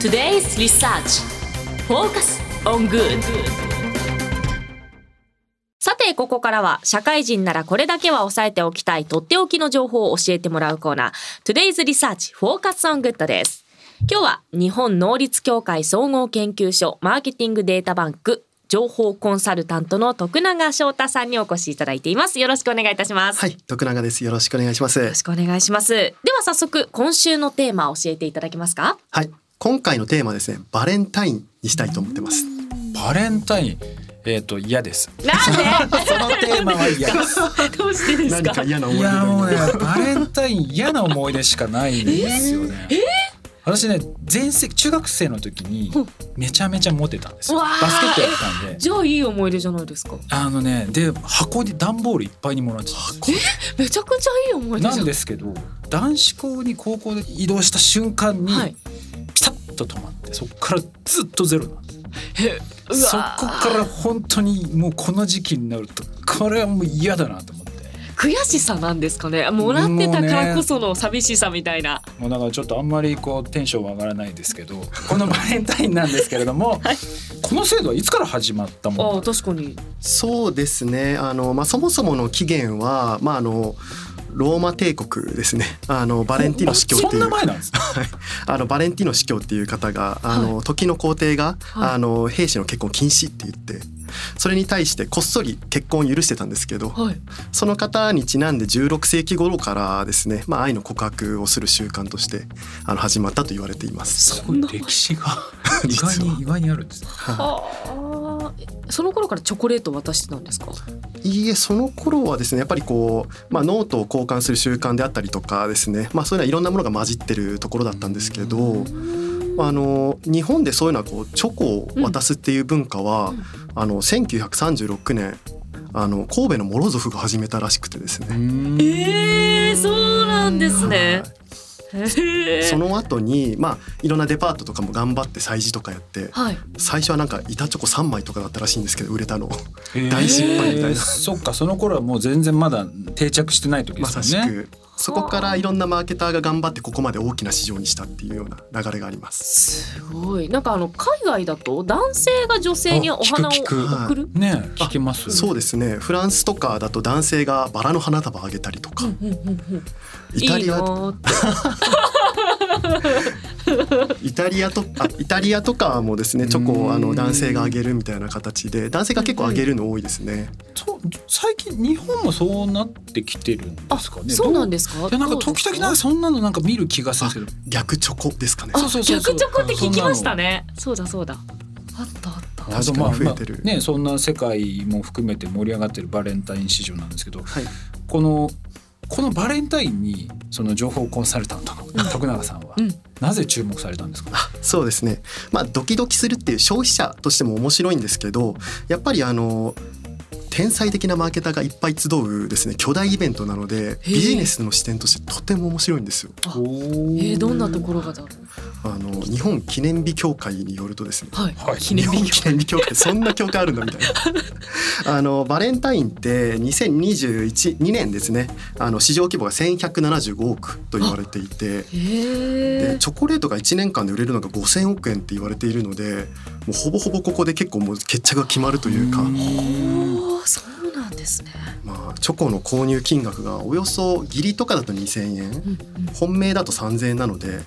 Today's Research Focus on Good さて、ここからは、社会人ならこれだけは押さえておきたい、とっておきの情報を教えてもらうコーナー、Today's Research Focus on Good です。今日は、日本能率協会総合研究所マーケティングデータバンク情報コンサルタントの徳永翔太さんにお越しいただいています。よろしくお願いいたします。はい、徳永です。よろしくお願いしまよすろ。しくお願いします。では早速、今週のテーマを教えていただけますかはい、今回のテーマはですね、バレンタインにしたいと思ってます。バレンタイン、えっ、と嫌です。なんでそのテーマは嫌です。 どうしてです 何かか嫌な思いい出やもうねが。、バレンタイン嫌な思い出しかないんですよね。私ね、全盛中学生の時にうんめちゃめちゃモテたんですよ。うわバースケットやってたんで。じゃあいい思い出じゃないですかあのね、で箱に段ボールいっぱいにもらってたんですよめちゃくちゃいい思い出なじゃんんですけど男子校に高校で移動した瞬間に、はいピタッと止まってそこからずっとゼロなんですえうわそこから本当にもうこの時期になるとこれはもう嫌だなと思って悔しさなんですかねもらってたからこその寂しさみたいな、もうだからちょっとあんまりこうテンションは上がらないですけどこのバレンタインなんですけれども、 この制度はいつから始まったもあのあ確かにそうですね。あのまあそもそもの起源はまああのローマ帝国ですね。あのバレンティーノ司教ってそんいうな前な んですかあのバレンティーノ司教っていう方があの、時の皇帝が、はいあの兵士の結婚禁止って言って。それに対してこっそり結婚を許してたんですけどはいその方にちなんで16世紀頃からですね、まあ、愛の告白をする習慣としてあの始まったと言われています。すごい歴史が意実は外に意外にあるん ですねはいああその頃からチョコレート渡してたんですかいいえその頃はですねやっぱりこう、まあ、ノートを交換する習慣であったりとかですね、まあ、そういうのはいろんなものが混じってるところだったんですけど、あの日本でそういうのはこうチョコを渡すっていう文化は、うんうんあの1936年あの神戸のモロゾフが始めたらしくてですね。えー、そうなんですねへえその後にまあいろんなデパートとかも頑張って催事とかやってはい最初はなんか板チョコ3枚とかだったらしいんですけど売れたの大大失敗みたいなそっかその頃はもう全然まだ定着してない時でますさよしね、くそこからいろんなマーケターが頑張ってここまで大きな市場にしたっていうような流れがあります。すごいなんかあの海外だと男性が女性にお花をあ聞く聞く贈るねえ聞けますそうですねフランスとかだと男性がバラの花束あげたりとか、うんうんうんうんイタリいいなアーってイタリアとあイタリアとかもですねチョコうんをあの男性があげるみたいな形で男性が結構あげるの多いですね、そう最近日本もそうなってきてるんですかねそうなんでですかいやなんか時々なんかすそんなのなんか見る気がするんですけど逆チョコですかねそうそうそうそ逆うチョコって聞きましたねそうだそうだあったあった確かにまあ増えてるまあねそんな世界も含めて盛り上がってるバレンタイン市場なんですけど、はいこのこのバレンタインにその情報コンサルタントの徳永さんは、うんなぜ注目されたんですか、そうですねまあドキドキするっていう消費者としても面白いんですけどやっぱりあの天才的なマーケターがいっぱい集うですね巨大イベントなのでビジネスの視点としてとても面白いんですよ。あおえーー、どんなところがだろうあの日本記念日協会によるとですねはい、はい記念日本日記念日協会そんな協会あるんだみたい なあのバレンタインって2021 2年ですねあの市場規模が1175億と言われていへてでえチョコレートが1年間で売れるのが5,000億円って言われているのでもうほぼほぼここで結構もう決着が決まるというかおーそうなんですね、まあ、チョコの購入金額がおよそ義理とかだと2,000円うんうん、本命だと3,000円なので、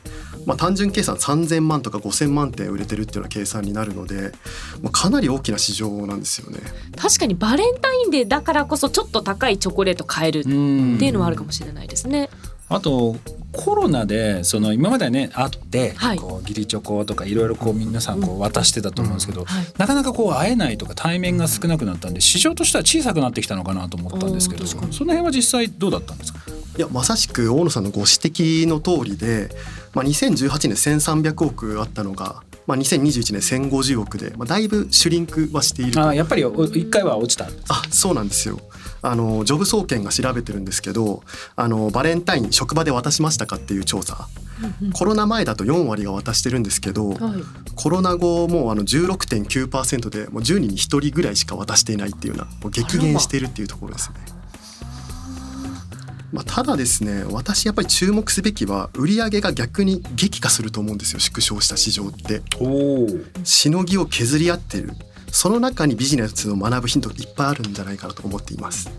まあ、単純計算3,000万とか5,000万点売れてるっていうような計算になるので、まあ、かなり大きな市場なんですよね。確かにバレンタインデーだからこそちょっと高いチョコレート買えるっんていうのはあるかもしれないですね、あとコロナでその今まではねあって、はいこう義理チョコとかいろいろこう皆さんこう渡してたと思うんですけど、はいなかなかこう会えないとか対面が少なくなったんで市場としては小さくなってきたのかなと思ったんですけおどーそ確のかに辺は実際どうだったんですかいやまさしく大野さんのご指摘の通りで、まあ、2018年1,300億あったのが、まあ、2021年1,050億で、まあ、だいぶシュリンクはしているあーやっぱりお一回は落ちたんですあそうなんですよあのジョブ総研が調べてるんですけどあのバレンタイン職場で渡しましたかっていう調査うんうんコロナ前だと4割が渡してるんですけどはいコロナ後もうあの16.9%でもう10人に1人ぐらいしか渡していないっていうようなもう激減しているっていうところですね。まあ、ただですね私やっぱり注目すべきは売り上げが逆に激化すると思うんですよ縮小した市場っておお。しのぎを削り合ってるその中にビジネスを学ぶヒントがいっぱいあるんじゃないかなと思っています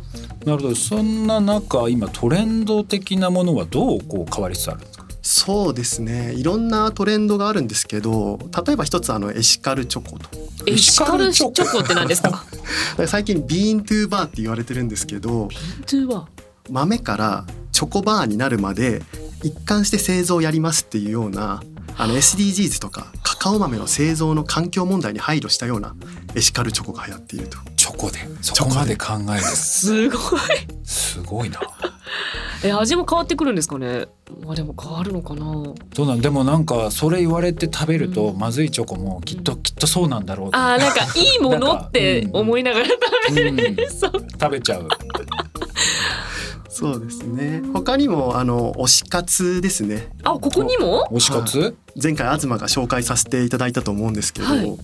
なるほど。そんな中、今トレンド的なものはどうこう変わりつつあるんですか。そうですねいろんなトレンドがあるんですけど例えば一つあのエシカルチョコとエエシシカカルルチチョョココって何ですか最近ビーントゥーバーって言われてるんですけど 豆からチョコバーになるまで一貫して製造をやりますっていうようなあの SDGs とかカカオ豆の製造の環境問題に配慮したようなエシカルチョコが流行っているとチョコで。そここままでで考える。すごいすごいな。え味も変わってくるんですかねまあでも変わるのかなそうなんでもなんかそれ言われて食べると、うんまずいチョコもきっときっとそうなんだろうと、あーなんかいいものって思いながら食べうんる、そう食べちゃうそうですね他にもあの推し活ですねあここにも推し活前回東が紹介させていただいたと思うんですけど、はい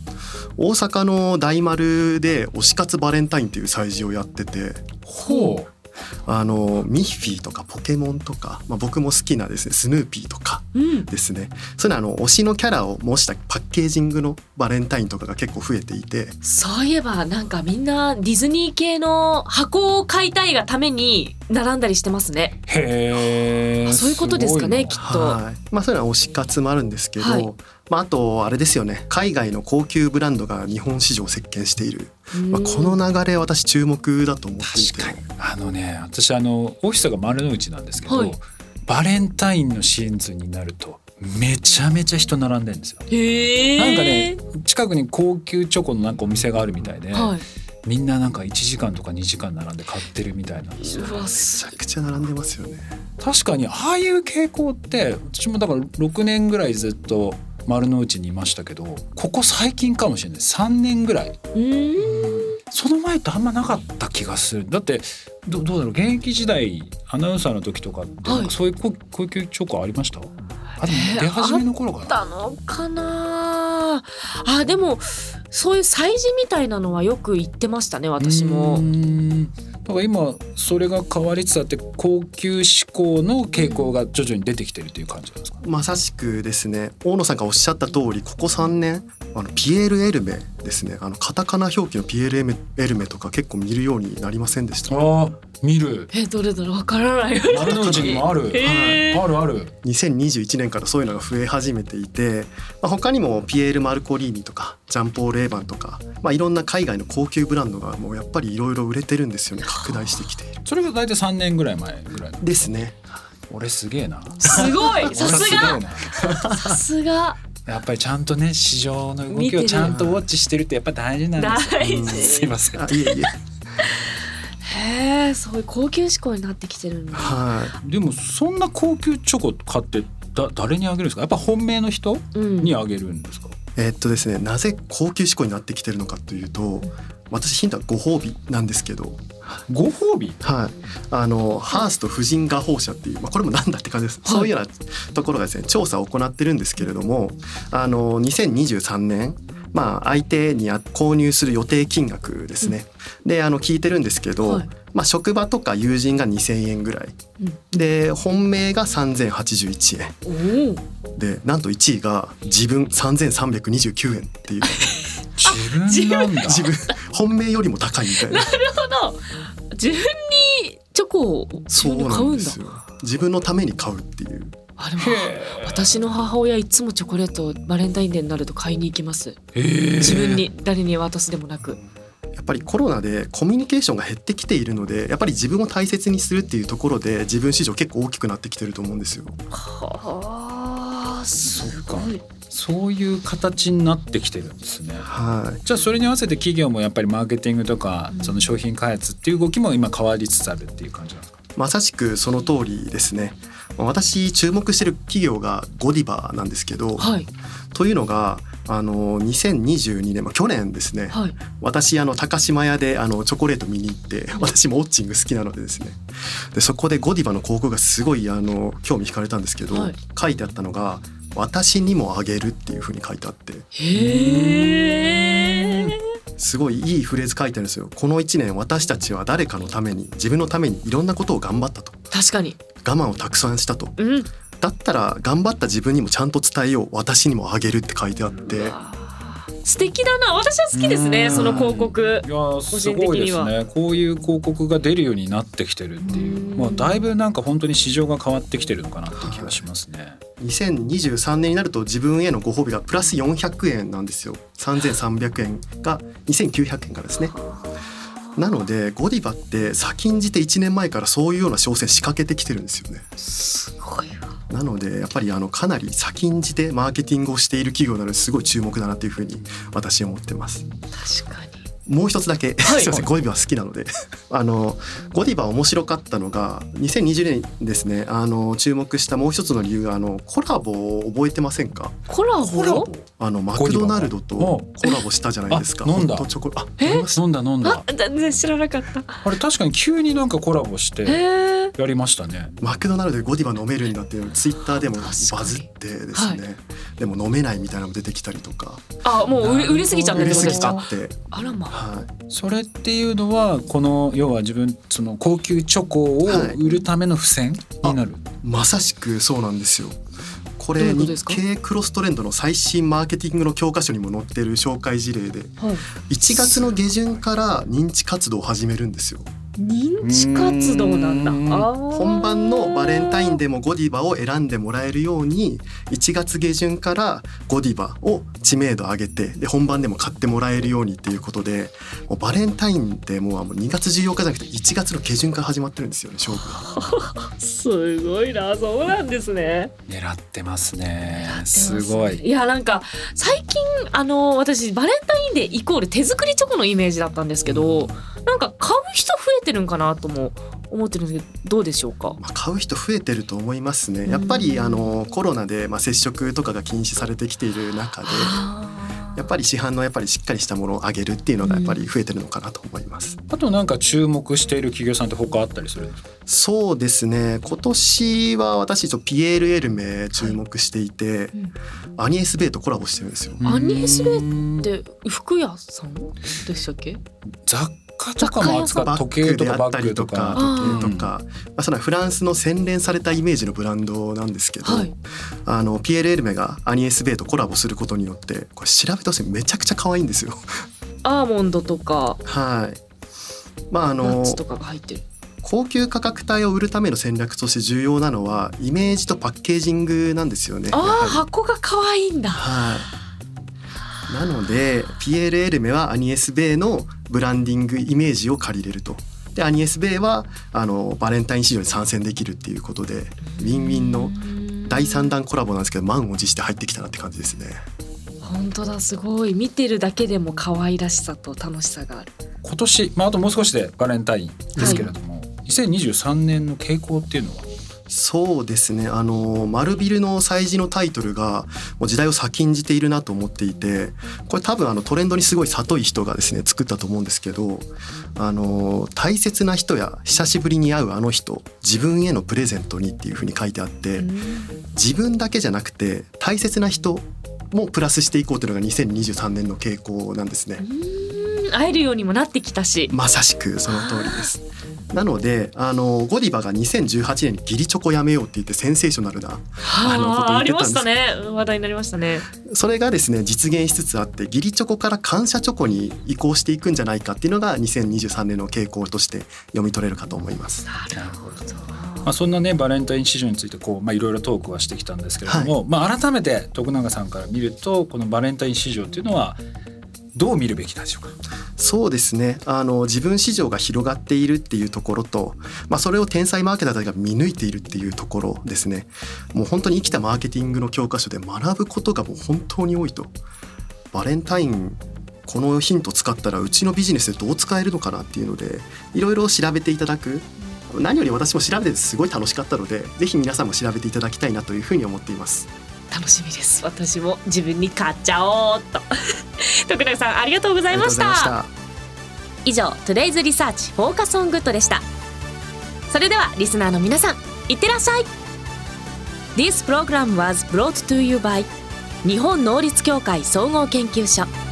大阪の大丸で推し活バレンタインっていう催事をやっててほあのミッフィーとかポケモンとか、まあ、僕も好きなですねスヌーピーとかうんですねそういうのはあの推しのキャラを模したパッケージングのバレンタインとかが結構増えていてそういえばなんかみんなディズニー系の箱を買いたいがために並んだりしてますねうへえあそういうことですかねきっとはい、まあ、そういうのは推し活もあるんですけど、はいまあ、あとあれですよね海外の高級ブランドが日本市場を席巻している、まあ、この流れ私注目だと思っていて。確かにあのね私あのオフィスが丸の内なんですけど、はいバレンタインのシーズンになるとめちゃめちゃ人並んでるんですよへえなんかね近くに高級チョコのなんかお店があるみたいで、はいみんななんか1時間とか2時間並んで買ってるみたいなんですようわめちゃくちゃ並んでますよね。確かにああいう傾向って私もだから6年ぐらいずっと丸の内にいましたけどここ最近かもしれない3年ぐらいうんその前ってあんまなかった気がするだってどどうだろう現役時代アナウンサーの時とかってはいなんかそういう高高級チョコありました、あでえーも出始めの頃あっかたな、のかなあでもそういう催事みたいなのはよく行ってましたね私うーもんだから今それが変わりつつあって高級志向の傾向が徐々に出てきてるという感じなんですか、まさしくですね、大野さんがおっしゃった通り、ここ3年、あのピエールエルメですね、あのカタカナ表記のピエールエルメエルメとか結構見るようになりませんでした。ああ見るえどれどれわからない丸の内にもある、へー はいあるある2021年からそういうのが増え始めていて、まあ、他にもピエール・マルコリーニとかジャンポール・エーバンとか、まあ、いろんな海外の高級ブランドがもうやっぱりいろいろ売れてるんですよね拡大してきている。それが大体3年ぐらい前ぐらいのですね。俺すげえなすごい俺さすげえがなさすがやっぱりちゃんとね市場の動見てきるをちゃんとウォッチしてるってやっぱ大事なんですよ大事うん すいませんあいえいえ。へえそういう高級志向になってきてるんだはい。でもそんな高級チョコ買ってだ誰にあげるんですかやっぱ本命の人うんにあげるんですか、えーっとですね、なぜ高級志向になってきてるのかというと、私ヒントはご褒美なんですけど、ご褒美はい、あのハースと婦人画報社っていう、まあ、これもなんだって感じです、そういうようなところがですね調査を行ってるんですけれどもあの2023年、まあ、相手にあ購入する予定金額ですね、であの聞いてるんですけど、はいまあ、職場とか友人が2,000円ぐらいうんで本命が3,081円おおでなんと1位が自分3,329円っていう自分なんだ自分本命よりも高いみたいな。 なるほど自分にチョコを自そう分でな買うんんでだすよ自分のために買うっていうあでもへ私の母親いつもチョコレートをバレンタインデーになると買いに行きますえへえ自分に誰に渡すでもなくやっぱりコロナでコミュニケーションが減ってきているのでやっぱり自分を大切にするっていうところで自分市場結構大きくなってきてると思うんですよ。はあすごいそういう形になってきてるんですねはいじゃあそれに合わせて企業もやっぱりマーケティングとかうんその商品開発っていう動きも今変わりつつあるっていう感じなんですかまさしくその通りですね私注目してる企業がゴディバなんですけど、はいというのがあの2022年、まあ、去年ですねはい私あの高島屋であのチョコレート見に行って私もウォッチング好きなのでですねでそこでゴディバの広告がすごいあの興味惹かれたんですけど、はい書いてあったのが「私にもあげる」っていうふうに書いてあってへえすごいいいフレーズ書いてあるんですよ。この1年私たちは誰かのために自分のためにいろんなことを頑張ったと。確かに。我慢をたくさんしたとうん。だったら頑張った自分にもちゃんと伝えよう私にもあげるって書いてあって素敵だな。私は好きですね。うんその広告い。やーすごいですねこういう広告が出るようになってきてるっていううんまあだいぶなんか本当に市場が変わってきてるのかなっていう気がしますね2023年になると自分へのご褒美がプラス400円なんですよ3300円が2900円からですねなのでゴディバって先んじて1年前からそういうような商戦仕掛けてきてるんですよねすごいわ。なのでやっぱりあのかなり先んじてマーケティングをしている企業なのですごい注目だなというふうに私は思ってます確かに。もう一つだけ、はいすいませんゴディバは好きなので あのゴディバ面白かったのが2020年ですねあの注目したもう一つの理由があのコラボを覚えてませんかコラボ。あのマクドナルドとゴコラボしたじゃないですかあ飲んだホットチョコあえ飲みました飲んだ飲んだあ、全然知らなかった。あれ確かに急になんかコラボしてへえ。やりましたねマクドナルドでゴディバ飲めるんだっていうのツイッターでも確かにバズってですね、でも飲めないみたいなのも出てきたりとかあ、もう売れ売れすぎちゃっ売たってこれとすでぎすちゃか。って、あらま。はい、それっていうのはこの要は自分その高級チョコをはい売るための付箋になる、まさしくそうなんですよこどういれうことです日か経クロストレンドの最新マーケティングの教科書にも載ってる紹介事例ではい。 1月の下旬から認知活動を始めるんですよ認知活動なんだ。うーんあー本番のバレンタインでもゴディバを選んでもらえるように1月下旬からゴディバを知名度上げてで本番でも買ってもらえるようにっていうことでもうバレンタインってもうあの2月14日じゃなくて1月の下旬から始まってるんですよね勝負が。すごいな、そうなんですね。狙ってますねすごいいや、なんか最近、あの、私バレンタインデーイコール手作りチョコのイメージだったんですけど。なんか買う人増えてるんかなとも思ってるんですけど、どうでしょうか。まあ、買う人増えてると思いますねやっぱりあのコロナで、まあ、接触とかが禁止されてきている中でやっぱり市販のやっぱりしっかりしたものをあげるっていうのがやっぱり増えてるのかなと思います。あとなんか注目している企業さんって他あったりするんですかそうですね今年は私ちょっとピエール・エルメ注目していて、んアニエス・ベイとコラボしてるんですよ。アニエスベっで服屋さんでしたっけ？雑貨とかも扱うバ時ッ計グとでかあバったッグりととかか時計とか、まあ、そのフランスの洗練されたイメージのブランドなんですけど、はい。あのピエール・エルメがアニエス・ベイとコラボすることによってこれ調べてほしいめちゃくちゃ可愛いんですよ。 アーモンドとかはいまああナッのツとかが入ってる。高級価格帯を売るための戦略として重要なのはイメージとパッケージングなんですよね。やあはあり箱が可愛いんだ。はい。なのでピエール・エルメはアニエス・ベイのブランディングイメージを借りれると。でアニエス・ベイはあのバレンタイン市場に参戦できるっていうことでウィンウィンの第3弾コラボなんですけど満を持して入ってきたなって感じですね。本当だすごい見てるだけでも可愛らしさと楽しさがある。今年、まあ、あともう少しでバレンタインですけれども、2023年の傾向っていうのはそうですねあの丸ビルの催事のタイトルがもう時代を先んじているなと思っていてこれ多分あのトレンドにすごい里い人がですね作ったと思うんですけどあの大切な人や久しぶりに会うあの人自分へのプレゼントにっていうふうに書いてあって自分だけじゃなくて大切な人もプラスしていこうというのが2023年の傾向なんですね。うん会えるようにもなってきたし。まさしくその通りです。なのであのゴディバが2018年に「ギリチョコやめよう」って言ってセンセーショナルなあのことあーあ言ってりたんまでしすたね話題になりましたね。それがですね実現しつつあってギリチョコから感謝チョコに移行していくんじゃないかっていうのが2023年の傾向として読み取れるかと思います。なるほどまあ、そんなねバレンタイン市場についてこうまあいろいろトークはしてきたんですけれども、まあ、改めて徳永さんから見るとこのバレンタイン市場っていうのはどう見るべきなんでしょうかそうですねあの自分市場が広がっているっていうところと、まあ、それを天才マーケターたちが見抜いているっていうところですねもう本当に生きたマーケティングの教科書で学ぶことがもう本当に多いとバレンタインこのヒント使ったらうちのビジネスでどう使えるのかなっていうのでいろいろ調べていただく何より私も調べててすごい楽しかったのでぜひ皆さんも調べていただきたいなというふうに思っています楽しみです。私も自分に買っちゃおうっと。 徳永さんありがとうござあいりがまとうごし。ざいましたた以上トゥデイズリサーチフォーカスオングッドでしたそれではリスナーの皆さんいってらっしゃい This program was brought to you by 日本能力協会総合研究所